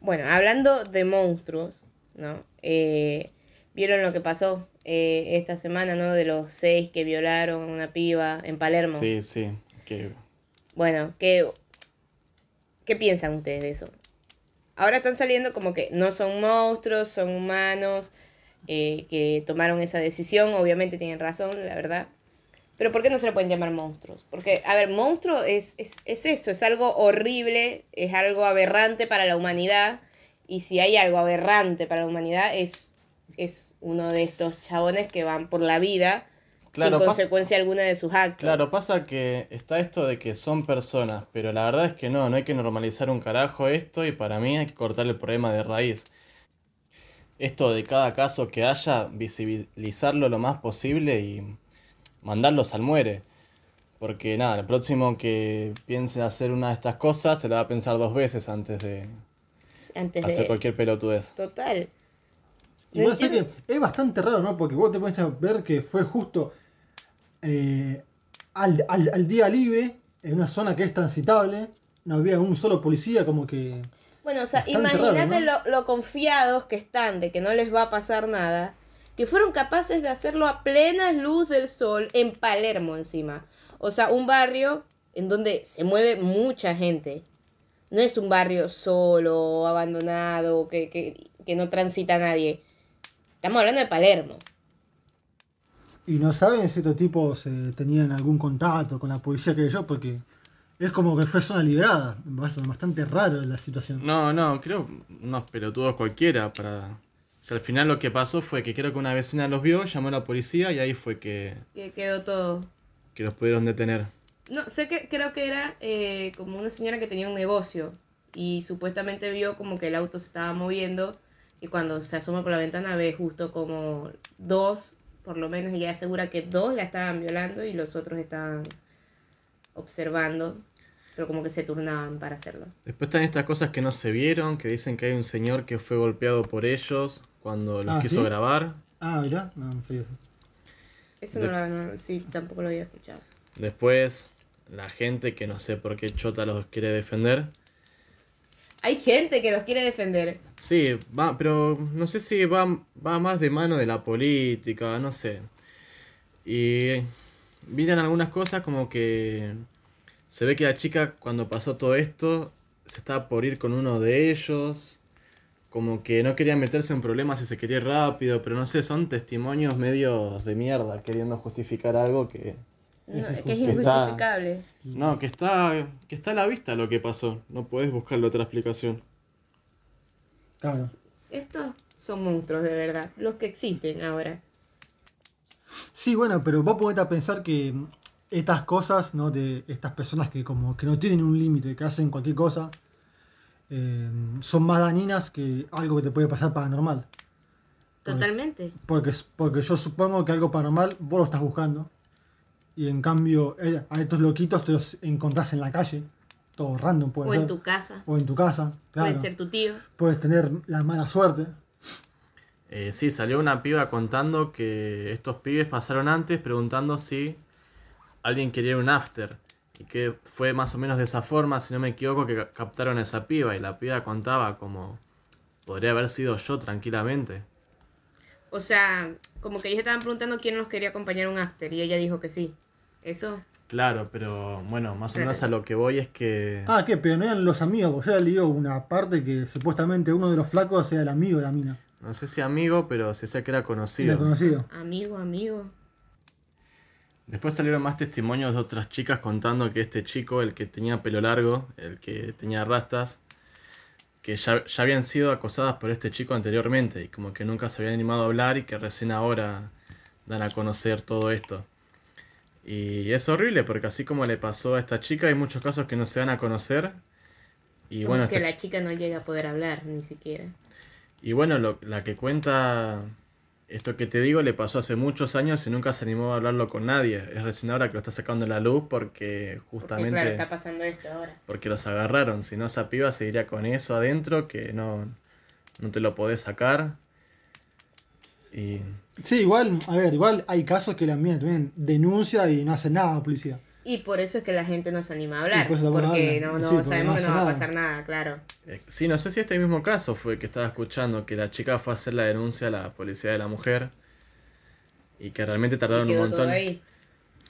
Speaker 3: Bueno, hablando de monstruos, ¿no? Eh, Vieron lo que pasó eh, esta semana, ¿no? De los seis que violaron a una piba en Palermo.
Speaker 2: Sí, sí. Que
Speaker 3: Bueno, ¿qué, ¿qué piensan ustedes de eso? Ahora están saliendo como que no son monstruos, son humanos, eh, que tomaron esa decisión, obviamente tienen razón, la verdad. Pero ¿por qué no se le pueden llamar monstruos? Porque, a ver, monstruo es, es, es eso, es algo horrible, es algo aberrante para la humanidad. Y si hay algo aberrante para la humanidad, es, es uno de estos chabones que van por la vida
Speaker 2: Claro,
Speaker 3: sin
Speaker 2: pasa-
Speaker 3: consecuencia alguna de sus actos.
Speaker 2: Claro, pasa que está esto de que son personas, pero la verdad es que no, no hay que normalizar un carajo esto y para mí hay que cortar el problema de raíz. Esto de cada caso que haya, visibilizarlo lo más posible y mandarlos al muere. Porque nada, el próximo que piense hacer una de estas cosas se la va a pensar dos veces antes de
Speaker 3: Antes de-
Speaker 2: hacer cualquier pelotudez.
Speaker 3: Total.
Speaker 1: Y
Speaker 3: No
Speaker 1: bueno, sé
Speaker 3: entiendo.
Speaker 1: que es bastante raro, ¿no? Porque vos te pones a ver que fue justo eh, al, al- al día libre, en una zona que es transitable, no había un solo policía, como que.
Speaker 3: Bueno, o sea,
Speaker 1: Bastante
Speaker 3: imagínate
Speaker 1: raro,
Speaker 3: lo, lo confiados que están de que no les va a pasar nada, que fueron capaces de hacerlo a plena luz del sol en Palermo encima. O sea, un barrio en donde se mueve mucha gente. No es un barrio solo, abandonado, que, que, que no transita nadie. Estamos hablando de Palermo.
Speaker 1: Y no saben si estos tipos eh, tenían algún contacto con la policía que yo, porque es como que fue zona liberada. Me parece bastante raro la situación.
Speaker 2: No, no, creo unos pelotudos cualquiera para... O sea, al final lo que pasó fue que creo que una vecina los vio, llamó a la policía y ahí fue que
Speaker 3: Que quedó todo.
Speaker 2: que los pudieron detener.
Speaker 3: No, sé que creo que era eh, como una señora que tenía un negocio y supuestamente vio como que el auto se estaba moviendo y cuando se asoma por la ventana ve justo como dos, por lo menos ella asegura que dos la estaban violando y los otros estaban observando, pero como que se turnaban para hacerlo.
Speaker 2: Después están estas cosas que no se vieron, que dicen que hay un señor que fue golpeado por ellos cuando los
Speaker 1: Ah,
Speaker 2: quiso
Speaker 1: ¿sí?
Speaker 2: grabar.
Speaker 1: Ah, mirá, no, no sé eso.
Speaker 3: Eso no,
Speaker 2: De-
Speaker 3: lo- no- sí, tampoco lo había escuchado.
Speaker 2: Después la gente que no sé por qué Chota los quiere defender.
Speaker 3: Hay gente que los quiere defender.
Speaker 2: Sí, va, pero no sé si va, va más de mano de la política, no sé. Y miran algunas cosas como que se ve que la chica cuando pasó todo esto se estaba por ir con uno de ellos, como que no quería meterse en problemas y se quería ir rápido, pero no sé, son testimonios medios de mierda queriendo justificar algo que...
Speaker 3: No,
Speaker 1: Eso es
Speaker 3: es que es
Speaker 1: justo.
Speaker 3: injustificable.
Speaker 2: No, que está, que está a la vista lo que pasó, no podés buscarle otra explicación.
Speaker 1: Claro.
Speaker 3: Estos son monstruos de verdad, los que existen ahora.
Speaker 1: Sí, bueno, pero vos podés a pensar que mm, estas cosas, ¿no? De estas personas que como que no tienen un límite, que hacen cualquier cosa, eh, son más dañinas que algo que te puede pasar paranormal. Correcto.
Speaker 3: Totalmente.
Speaker 1: Porque, porque yo supongo que algo paranormal vos lo estás buscando. Y en cambio, eh, a estos loquitos te los encontrás en la calle, todo random puede
Speaker 3: O
Speaker 1: ser.
Speaker 3: en tu casa.
Speaker 1: o en tu casa, claro.
Speaker 3: Puede ser tu tío.
Speaker 1: Puedes tener la mala suerte.
Speaker 2: Eh, sí, salió una piba contando que estos pibes pasaron antes preguntando si alguien quería ir a un after. Y que fue más o menos de esa forma, si no me equivoco, que ca- captaron a esa piba. Y la piba contaba como podría haber sido yo tranquilamente.
Speaker 3: O sea, como que ellos estaban preguntando quién nos quería acompañar a un after y ella dijo que sí. Eso.
Speaker 2: Claro, pero bueno, más o menos a lo que voy es que...
Speaker 1: Eh. Ah, ¿qué? Pero no eran los amigos, porque yo leí una parte que supuestamente uno de los flacos era el amigo de la mina.
Speaker 2: No sé si amigo, pero se sé que era
Speaker 1: Era
Speaker 2: conocido.
Speaker 1: conocido.
Speaker 3: Amigo, amigo.
Speaker 2: Después salieron más testimonios de otras chicas contando que este chico, el que tenía pelo largo, el que tenía rastas, que ya, ya habían sido acosadas por este chico anteriormente y como que nunca se habían animado a hablar y que recién ahora dan a conocer todo esto. Y es horrible porque así como le pasó a esta chica, hay muchos casos que no se dan a conocer. Y
Speaker 3: Como
Speaker 2: bueno, este
Speaker 3: que
Speaker 2: esta
Speaker 3: la
Speaker 2: chi-
Speaker 3: chica no llega a poder hablar ni siquiera.
Speaker 2: y bueno, lo- la que cuenta Esto que te digo le pasó hace muchos años y nunca se animó a hablarlo con nadie. Es recién ahora que lo está sacando a la luz porque
Speaker 3: Porque,
Speaker 2: justamente
Speaker 3: claro, está pasando esto ahora.
Speaker 2: porque los agarraron. Si no, esa piba seguiría con eso adentro que no, no te lo podés sacar. Y
Speaker 1: Sí, igual, a ver, igual hay casos que la mía también denuncia y no hace nada la policía.
Speaker 3: Y por eso es que la gente no se
Speaker 1: Y
Speaker 3: anima a
Speaker 1: pues,
Speaker 3: hablar.
Speaker 1: por eso tampoco
Speaker 3: porque
Speaker 1: hablan.
Speaker 3: no,
Speaker 1: Y
Speaker 3: no
Speaker 1: sí, porque
Speaker 3: sabemos
Speaker 1: no
Speaker 3: que no
Speaker 1: hace
Speaker 3: va a
Speaker 1: nada.
Speaker 3: pasar nada, claro.
Speaker 2: eh, sí, no sé si este mismo caso fue que estaba escuchando que la chica fue a hacer la denuncia a la policía de la mujer y que realmente tardaron
Speaker 3: Y
Speaker 2: un
Speaker 3: quedó
Speaker 2: montón.
Speaker 3: todo ahí.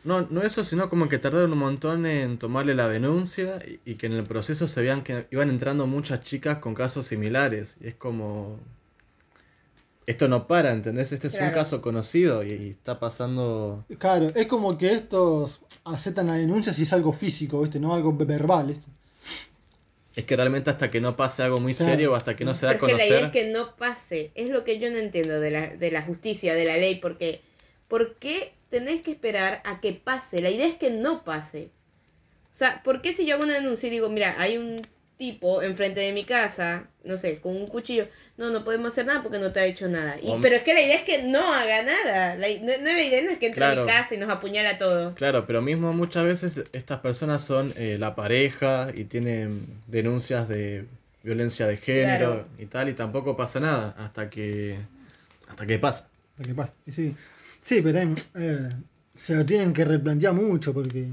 Speaker 2: No, no eso, sino como que tardaron un montón en tomarle la denuncia y, y que en el proceso se vean que iban entrando muchas chicas con casos similares. Y es como... Esto no para, ¿entendés? Este es un
Speaker 3: Claro.
Speaker 2: caso conocido y, y está pasando...
Speaker 1: Claro, es como que estos aceptan la denuncia si es algo físico, ¿viste? No algo verbal. ¿viste?
Speaker 2: Es que realmente hasta que no pase algo muy
Speaker 1: Claro.
Speaker 2: serio o hasta que no se da a
Speaker 3: Pero es que la idea
Speaker 2: conocer...
Speaker 3: es que no pase. Es lo que yo no entiendo de la, de la justicia, de la ley, porque ¿por qué tenés que esperar a que pase? La idea es que no pase. O sea, ¿por qué si yo hago una denuncia y digo, mira, hay un tipo enfrente de mi casa, no sé, con un cuchillo, no, no podemos hacer nada porque no te ha hecho nada. Y,
Speaker 2: Hom-
Speaker 3: pero es que la idea es que no haga nada. La, i- no, no, la idea no es que entre a
Speaker 2: Claro.
Speaker 3: mi casa y nos apuñala a todos.
Speaker 2: Claro, pero mismo muchas veces estas personas son eh, la pareja y tienen denuncias de violencia de género
Speaker 3: Claro.
Speaker 2: y tal y tampoco pasa nada hasta que... Hasta que pasa.
Speaker 1: Lo que pasa, y sí. Sí, pero también, a ver, se lo tienen que replantear mucho porque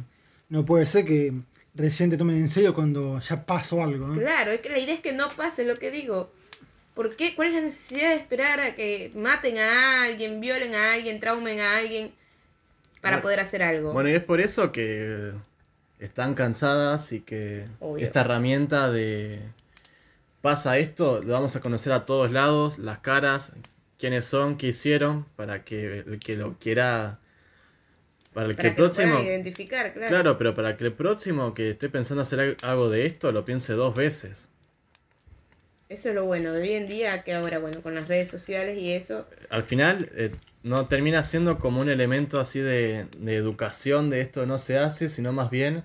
Speaker 1: no puede ser que recién te tomen en serio cuando ya pasó algo, ¿no?
Speaker 3: Claro, es que la idea es que no pase, lo que digo. ¿Por qué? ¿Cuál es la necesidad de esperar a que maten a alguien, violen a alguien, traumen a alguien para
Speaker 2: Bueno.
Speaker 3: poder hacer algo?
Speaker 2: Bueno, y es por eso que están cansadas y que
Speaker 3: Obvio.
Speaker 2: esta herramienta de pasa esto, lo vamos a conocer a todos lados, las caras, quiénes son, qué hicieron, para que el que lo quiera, para el que
Speaker 3: para
Speaker 2: el
Speaker 3: que lo puedan
Speaker 2: próximo,
Speaker 3: identificar, claro.
Speaker 2: claro, pero para que el próximo que esté pensando hacer al- algo de esto lo piense dos veces.
Speaker 3: Eso es lo bueno de hoy en día, que ahora, bueno, con las redes sociales y eso,
Speaker 2: Al final eh, no termina siendo como un elemento así de, de educación de esto no se hace, sino más bien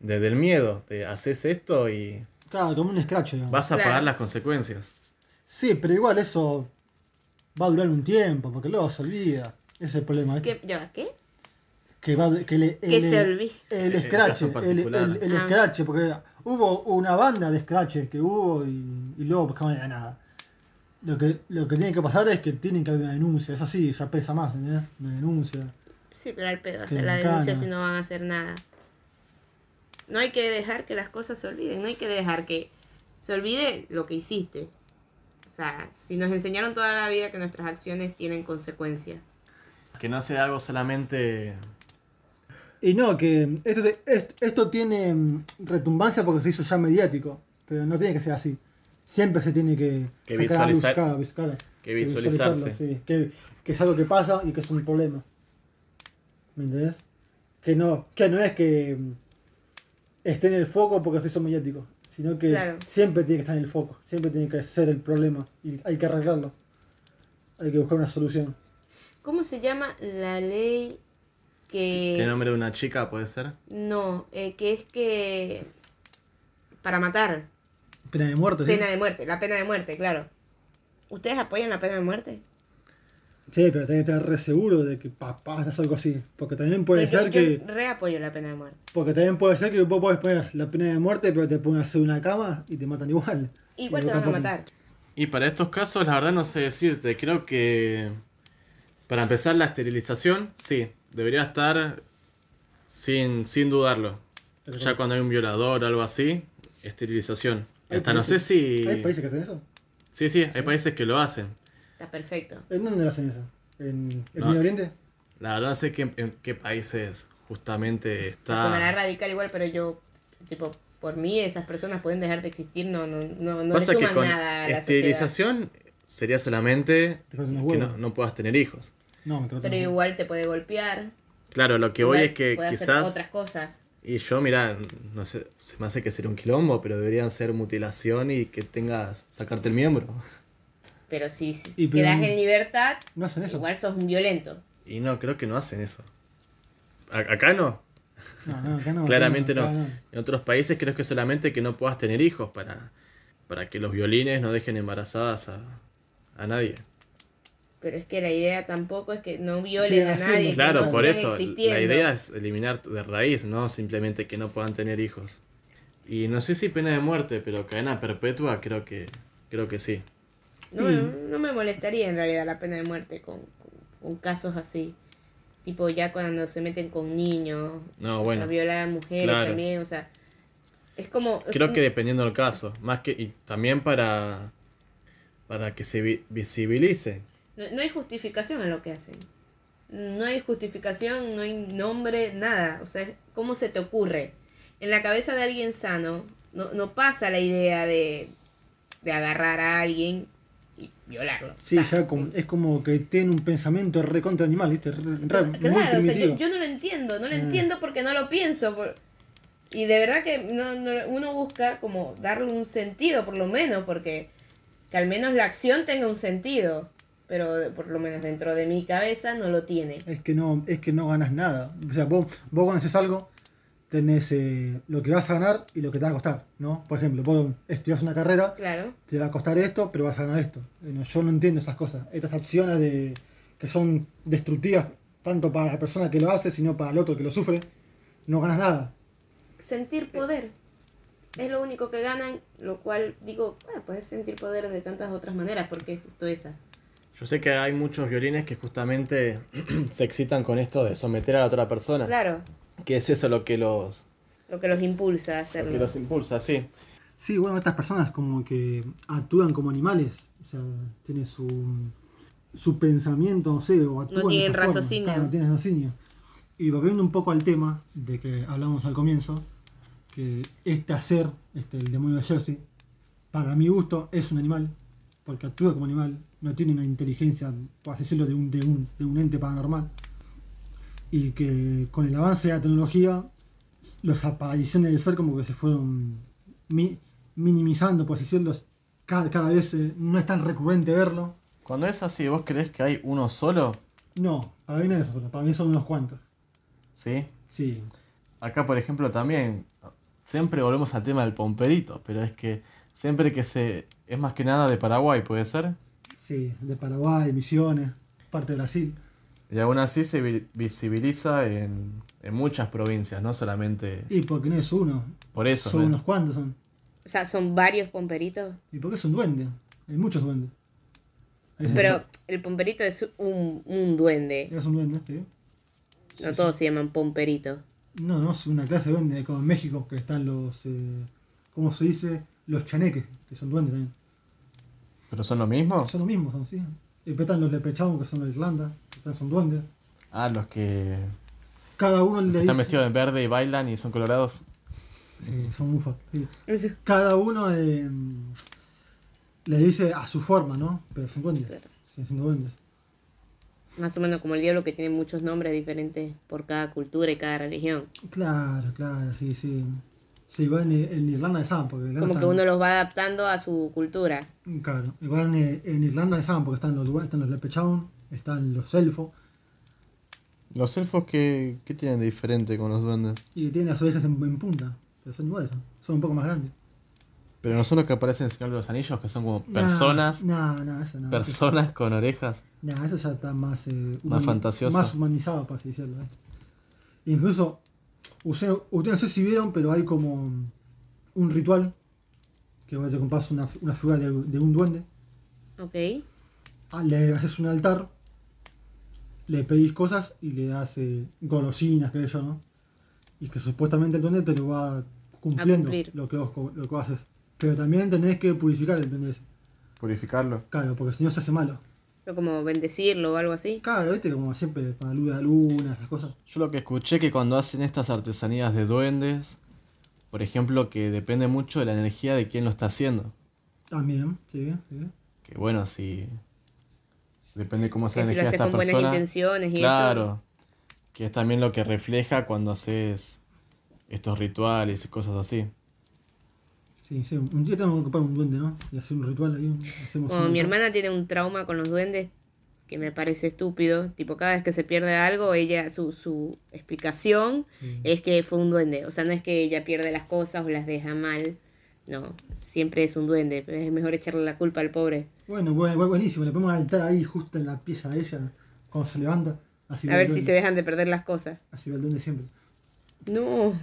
Speaker 2: desde el miedo, de haces esto y
Speaker 1: Claro, como un scratch, digamos.
Speaker 2: Vas a
Speaker 3: Claro.
Speaker 2: pagar las consecuencias.
Speaker 1: Sí, pero igual eso va a durar un tiempo, porque luego se olvida. Ese es el problema, ¿viste?
Speaker 3: ¿qué? ¿Ya, ¿qué?
Speaker 1: Que, va, que le,
Speaker 3: Que
Speaker 1: el-
Speaker 3: se olvide.
Speaker 1: El
Speaker 2: El
Speaker 1: scratch,
Speaker 2: caso
Speaker 1: el, el,
Speaker 2: particular.
Speaker 1: el
Speaker 3: Ah.
Speaker 1: scratch, porque hubo una banda de scratches que hubo y, y luego pues, no era nada. Lo que, lo que tiene que pasar es que tiene que haber una denuncia, eso sí, ya pesa más, ¿entendés? Una denuncia.
Speaker 3: Sí, pero al pedo,
Speaker 1: Que
Speaker 3: hacer la
Speaker 1: me
Speaker 3: denuncia
Speaker 1: encana.
Speaker 3: si no van a hacer nada. No hay que dejar que las cosas se olviden, no hay que dejar que se olvide lo que hiciste. O sea, si nos enseñaron toda la vida que nuestras acciones tienen consecuencias.
Speaker 2: Que no sea algo solamente.
Speaker 1: Y no, que esto, te- est- esto tiene mm, retumbancia porque se hizo ya mediático, pero no tiene que ser así. Siempre se tiene que,
Speaker 2: Que
Speaker 1: sacar a luz,
Speaker 2: visualizar-
Speaker 1: claro, vis- claro,
Speaker 2: que
Speaker 1: que
Speaker 2: visualizarse.
Speaker 1: visualizarlo, sí, que, que es algo que pasa y que es un problema. ¿Me entendés? Que no, que no es que mm, esté en el foco porque se hizo mediático, sino que
Speaker 3: Claro.
Speaker 1: siempre tiene que estar en el foco, siempre tiene que ser el problema y hay que arreglarlo. Hay que buscar una solución.
Speaker 3: ¿Cómo se llama la ley
Speaker 2: ¿Tiene
Speaker 3: que...
Speaker 2: nombre de una chica puede ser?
Speaker 3: No, eh, que es que... Para matar.
Speaker 1: Pena de muerte. ¿sí?
Speaker 3: Pena de muerte, la pena de muerte, claro. ¿Ustedes apoyan la pena de muerte?
Speaker 1: Sí, pero tenés que estar re seguro de que pa- pasa algo así. Porque también puede
Speaker 3: Yo-
Speaker 1: ser
Speaker 3: yo
Speaker 1: que.
Speaker 3: reapoyo la pena de muerte.
Speaker 1: Porque también puede ser que vos podés poner la pena de muerte, pero te ponen a hacer una cama y te matan igual.
Speaker 3: Igual
Speaker 1: Y
Speaker 3: te van a
Speaker 1: tampoco-
Speaker 3: matar.
Speaker 2: Y para estos casos, la verdad no sé decirte. Creo que. Para empezar, la esterilización, sí. Debería estar sin, sin dudarlo. Ya cuando hay un violador o algo así, esterilización.
Speaker 1: Hay
Speaker 2: Hasta no sé
Speaker 1: países-
Speaker 2: si.
Speaker 1: ¿Hay países que hacen eso?
Speaker 2: Sí, sí, hay países que lo hacen.
Speaker 3: Está perfecto.
Speaker 1: ¿En dónde lo hacen eso? ¿En el
Speaker 2: No.
Speaker 1: Medio Oriente?
Speaker 2: La verdad no sé qué, en qué países justamente
Speaker 3: Sonará
Speaker 2: está.
Speaker 3: radical igual, pero yo, tipo, por mí esas personas pueden dejar de existir, no, no, no, no le
Speaker 2: Pasa que
Speaker 3: suman
Speaker 2: con
Speaker 3: nada a la sociedad.
Speaker 2: esterilización sería solamente
Speaker 1: Te cortan los
Speaker 2: que
Speaker 1: huevos.
Speaker 2: no- no puedas tener hijos.
Speaker 1: No, me tratan
Speaker 3: Pero igual te puede golpear.
Speaker 2: Claro, lo que
Speaker 3: igual
Speaker 2: voy es que
Speaker 3: puede hacer
Speaker 2: quizás.
Speaker 3: otras cosas.
Speaker 2: Y yo, mira, no sé, se me hace que ser un quilombo, pero deberían ser mutilación y que tengas. sacarte el miembro.
Speaker 3: Pero si, si
Speaker 1: Y pero-
Speaker 3: quedas en libertad,
Speaker 1: No hacen eso.
Speaker 3: igual sos un violento.
Speaker 2: Y no, creo que no hacen eso. A- acá no.
Speaker 1: No, no, acá no,
Speaker 2: Claramente
Speaker 1: acá
Speaker 2: no. En otros países creo que solamente que no puedas tener hijos para, para que los violines no dejen embarazadas a, a nadie.
Speaker 3: Pero es que la idea tampoco es que no
Speaker 1: Sí,
Speaker 3: violen a
Speaker 1: así
Speaker 3: nadie.
Speaker 1: no.
Speaker 3: que
Speaker 2: Claro,
Speaker 3: no
Speaker 2: por
Speaker 3: sigan
Speaker 2: eso la
Speaker 3: existiendo.
Speaker 2: idea es eliminar de raíz, no simplemente que no puedan tener hijos. Y no sé si pena de muerte, pero cadena perpetua creo que creo que sí.
Speaker 3: No, me- no me molestaría en realidad la pena de muerte con, con- con casos así. Tipo ya cuando se meten con niños,
Speaker 2: No,
Speaker 3: a
Speaker 2: bueno,
Speaker 3: violar a mujeres
Speaker 2: claro.
Speaker 3: también, o sea, es como... es
Speaker 2: creo
Speaker 3: un-
Speaker 2: que dependiendo del caso, más que y también para para que se vi- visibilice.
Speaker 3: No, no hay justificación en lo que hacen. No hay justificación, no hay nombre, nada. O sea, ¿cómo se te ocurre? En la cabeza de alguien sano no, no pasa la idea de, de agarrar a alguien y violarlo.
Speaker 1: Sí,
Speaker 3: O sea,
Speaker 1: ya como- es como que tiene un pensamiento recontra animal, ¿viste? Re- re-
Speaker 3: Claro,
Speaker 1: muy
Speaker 3: o sea, yo,
Speaker 1: primitivo.
Speaker 3: yo no lo entiendo, no lo
Speaker 1: Mm.
Speaker 3: entiendo porque no lo pienso. por- Y de verdad que no, no- uno busca como darle un sentido, por lo menos, porque que al menos la acción tenga un sentido, pero de- por lo menos dentro de mi cabeza no lo tiene.
Speaker 1: Es que no, es que no ganas nada. O sea, vos, vos cuando haces algo, tenés eh, lo que vas a ganar y lo que te va a costar, ¿no? Por ejemplo, vos estudias una carrera,
Speaker 3: Claro,
Speaker 1: te va a costar esto, pero vas a ganar esto. Eh, no, Yo no entiendo esas cosas, estas acciones de, que son destructivas tanto para la persona que lo hace, sino para el otro que lo sufre. No ganas nada.
Speaker 3: sentir poder es lo único que ganan, lo cual digo, bueno, puedes sentir poder de tantas otras maneras, porque es justo esa.
Speaker 2: Yo sé que hay muchos violines que justamente se excitan con esto de someter a la otra
Speaker 1: Ah.
Speaker 2: persona,
Speaker 3: Claro,
Speaker 2: que es eso lo que los
Speaker 3: lo que los impulsa a
Speaker 2: lo que
Speaker 3: hacerlo.
Speaker 2: los impulsa, sí.
Speaker 1: Sí, bueno, estas personas como que actúan como animales, o sea, tienen su, su pensamiento, no sé, o actúan de
Speaker 3: tienen
Speaker 1: esa forma.
Speaker 3: raciocinio.
Speaker 1: Claro, no tienen raciocinio. Y volviendo un poco al tema de que hablamos al comienzo, que este hacer, este, el demonio de Jersey, para mi gusto es un animal, porque actúa como animal, no tiene una inteligencia, por así decirlo, de un, de un, de un ente paranormal. Y que con el avance de la tecnología, las apariciones del ser como que se fueron mi- minimizando, por así decirlo. Cada, cada vez eh, no es tan recurrente verlo.
Speaker 2: Cuando es así, ¿vos crees que hay uno solo?
Speaker 1: No, para mí no es otro, para mí son unos cuantos.
Speaker 2: Sí.
Speaker 1: Sí,
Speaker 2: Acá, por ejemplo, también siempre volvemos al tema del pomperito, pero es que siempre que se... Es más que nada de Paraguay, ¿puede ser?
Speaker 1: sí, de Paraguay, Misiones, parte de Brasil.
Speaker 2: Y aún así se vi- visibiliza en, en muchas provincias, no solamente
Speaker 1: Y porque no es uno,
Speaker 2: por eso.
Speaker 1: son
Speaker 2: ¿no?
Speaker 1: unos cuantos son.
Speaker 3: O sea, son varios pomperitos.
Speaker 1: Y porque es un duende, hay muchos duendes. Es-
Speaker 3: Pero el pomperito es un, un duende.
Speaker 1: Es un duende, sí.
Speaker 3: No todos se llaman pomperito.
Speaker 1: No, no, es una clase de duende, como en México, que están los, eh, ¿cómo se dice? Los chaneques, que son duendes también.
Speaker 2: ¿Pero son lo mismo?
Speaker 1: Son los mismos, son, sí. Y están los leprechaun, que son de Irlanda, que están- son duendes.
Speaker 2: Ah, los que,
Speaker 1: Cada uno
Speaker 2: los que
Speaker 1: le
Speaker 2: están
Speaker 1: dice...
Speaker 2: vestidos de verde y bailan y son colorados.
Speaker 1: Sí, son mufas. sí. Cada uno eh, le dice a su forma, ¿no? Pero son duendes.
Speaker 3: Claro.
Speaker 1: Sí, son duendes.
Speaker 3: Más o menos como el diablo que tiene muchos nombres diferentes por cada cultura y cada religión.
Speaker 1: Claro, claro, sí, sí. Sí, igual en, en Irlanda de Sam, porque... en Irlanda
Speaker 3: Como que
Speaker 1: están-
Speaker 3: uno los va adaptando a su cultura.
Speaker 1: Claro, igual en, en Irlanda de Sam, porque están los, duen- están los leprechaun, están los elfos,
Speaker 2: ¿Los elfos qué, qué tienen de diferente con los duendes?
Speaker 1: y tienen las orejas en, en punta. Pero son iguales, son, son un poco más grandes.
Speaker 2: Pero no son los que aparecen en Señor de los Anillos, que son como
Speaker 1: Nah,
Speaker 2: personas,
Speaker 1: Nah, nah, eso no. eso-
Speaker 2: personas con orejas.
Speaker 1: Nah, eso ya está más, eh,
Speaker 2: Más
Speaker 1: humani-
Speaker 2: fantasioso.
Speaker 1: más humanizado, por así decirlo. ¿eh? Incluso, usé- ustedes no sé si vieron, pero hay como un ritual que vos te compras una, una figura de, de un duende,
Speaker 3: ¿Ok?
Speaker 1: ah, le haces un altar, le pedís cosas y le das eh, golosinas, creo yo, ¿no? Y que supuestamente el duende te lo va cumpliendo
Speaker 3: cumplir.
Speaker 1: lo que, vos, co- lo que vos haces. Pero también tenés que purificar el duende. ese.
Speaker 2: Purificarlo.
Speaker 1: Claro, porque si no se hace malo.
Speaker 3: Pero como bendecirlo o algo así.
Speaker 1: Claro, viste, como siempre, para luz de luna, esas cosas.
Speaker 2: Yo lo que escuché que cuando hacen estas artesanías de duendes, por ejemplo, que depende mucho de la energía de quien lo está haciendo.
Speaker 1: También, Ah, sí, sí.
Speaker 2: Que bueno, si. Depende cómo sea
Speaker 3: Que
Speaker 2: la
Speaker 3: si lo
Speaker 2: energía de
Speaker 3: haces
Speaker 2: esta
Speaker 3: con buenas
Speaker 2: persona.
Speaker 3: intenciones y eso.
Speaker 2: claro. Que es también lo que refleja cuando haces estos rituales y cosas así.
Speaker 1: Sí, sí, un día tenemos que ocupar un duende, ¿no? Y hacer un ritual ahí. un- Hacemos
Speaker 3: Como
Speaker 1: un
Speaker 3: mi
Speaker 1: altar.
Speaker 3: hermana tiene un trauma con los duendes que me parece estúpido. Tipo, cada vez que se pierde algo, ella, su, su explicación
Speaker 1: Sí.
Speaker 2: Mm.
Speaker 3: es que fue un duende. O sea, no es que ella pierde las cosas o las deja mal, No, siempre es un duende. pero Es mejor echarle la culpa al pobre.
Speaker 1: Bueno, buen- buen- buenísimo. Le podemos altar ahí justo en la pieza de ella cuando se levanta. Así
Speaker 3: A
Speaker 1: ve
Speaker 3: ver
Speaker 1: el
Speaker 3: si
Speaker 1: duende.
Speaker 3: se dejan de perder las cosas.
Speaker 1: Así ve el duende siempre.
Speaker 3: No.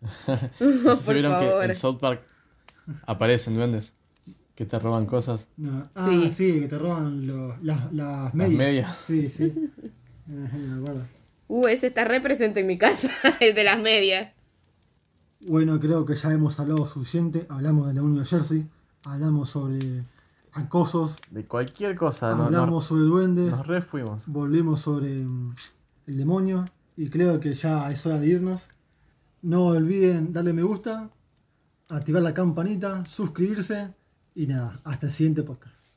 Speaker 2: No sé si
Speaker 3: Por
Speaker 2: vieron
Speaker 3: favor.
Speaker 2: que en South Park aparecen duendes que te roban cosas.
Speaker 1: No. Ah, sí.
Speaker 3: Sí.
Speaker 1: que te roban los- las, las
Speaker 2: Las
Speaker 1: medias.
Speaker 2: medias.
Speaker 1: Sí, sí. Ajá, me acuerdo.
Speaker 3: Uh, ese está re presente en mi casa, el de las medias.
Speaker 1: Bueno, creo que ya hemos hablado suficiente. Hablamos de la Unión de Jersey. Hablamos sobre acosos.
Speaker 2: De cualquier cosa. Ah, no- no-
Speaker 1: hablamos sobre duendes.
Speaker 2: nos refuimos.
Speaker 1: Volvemos sobre mm, el demonio. Y creo que ya es hora de irnos. No olviden darle me gusta, activar la campanita, suscribirse. Y nada, hasta el siguiente podcast.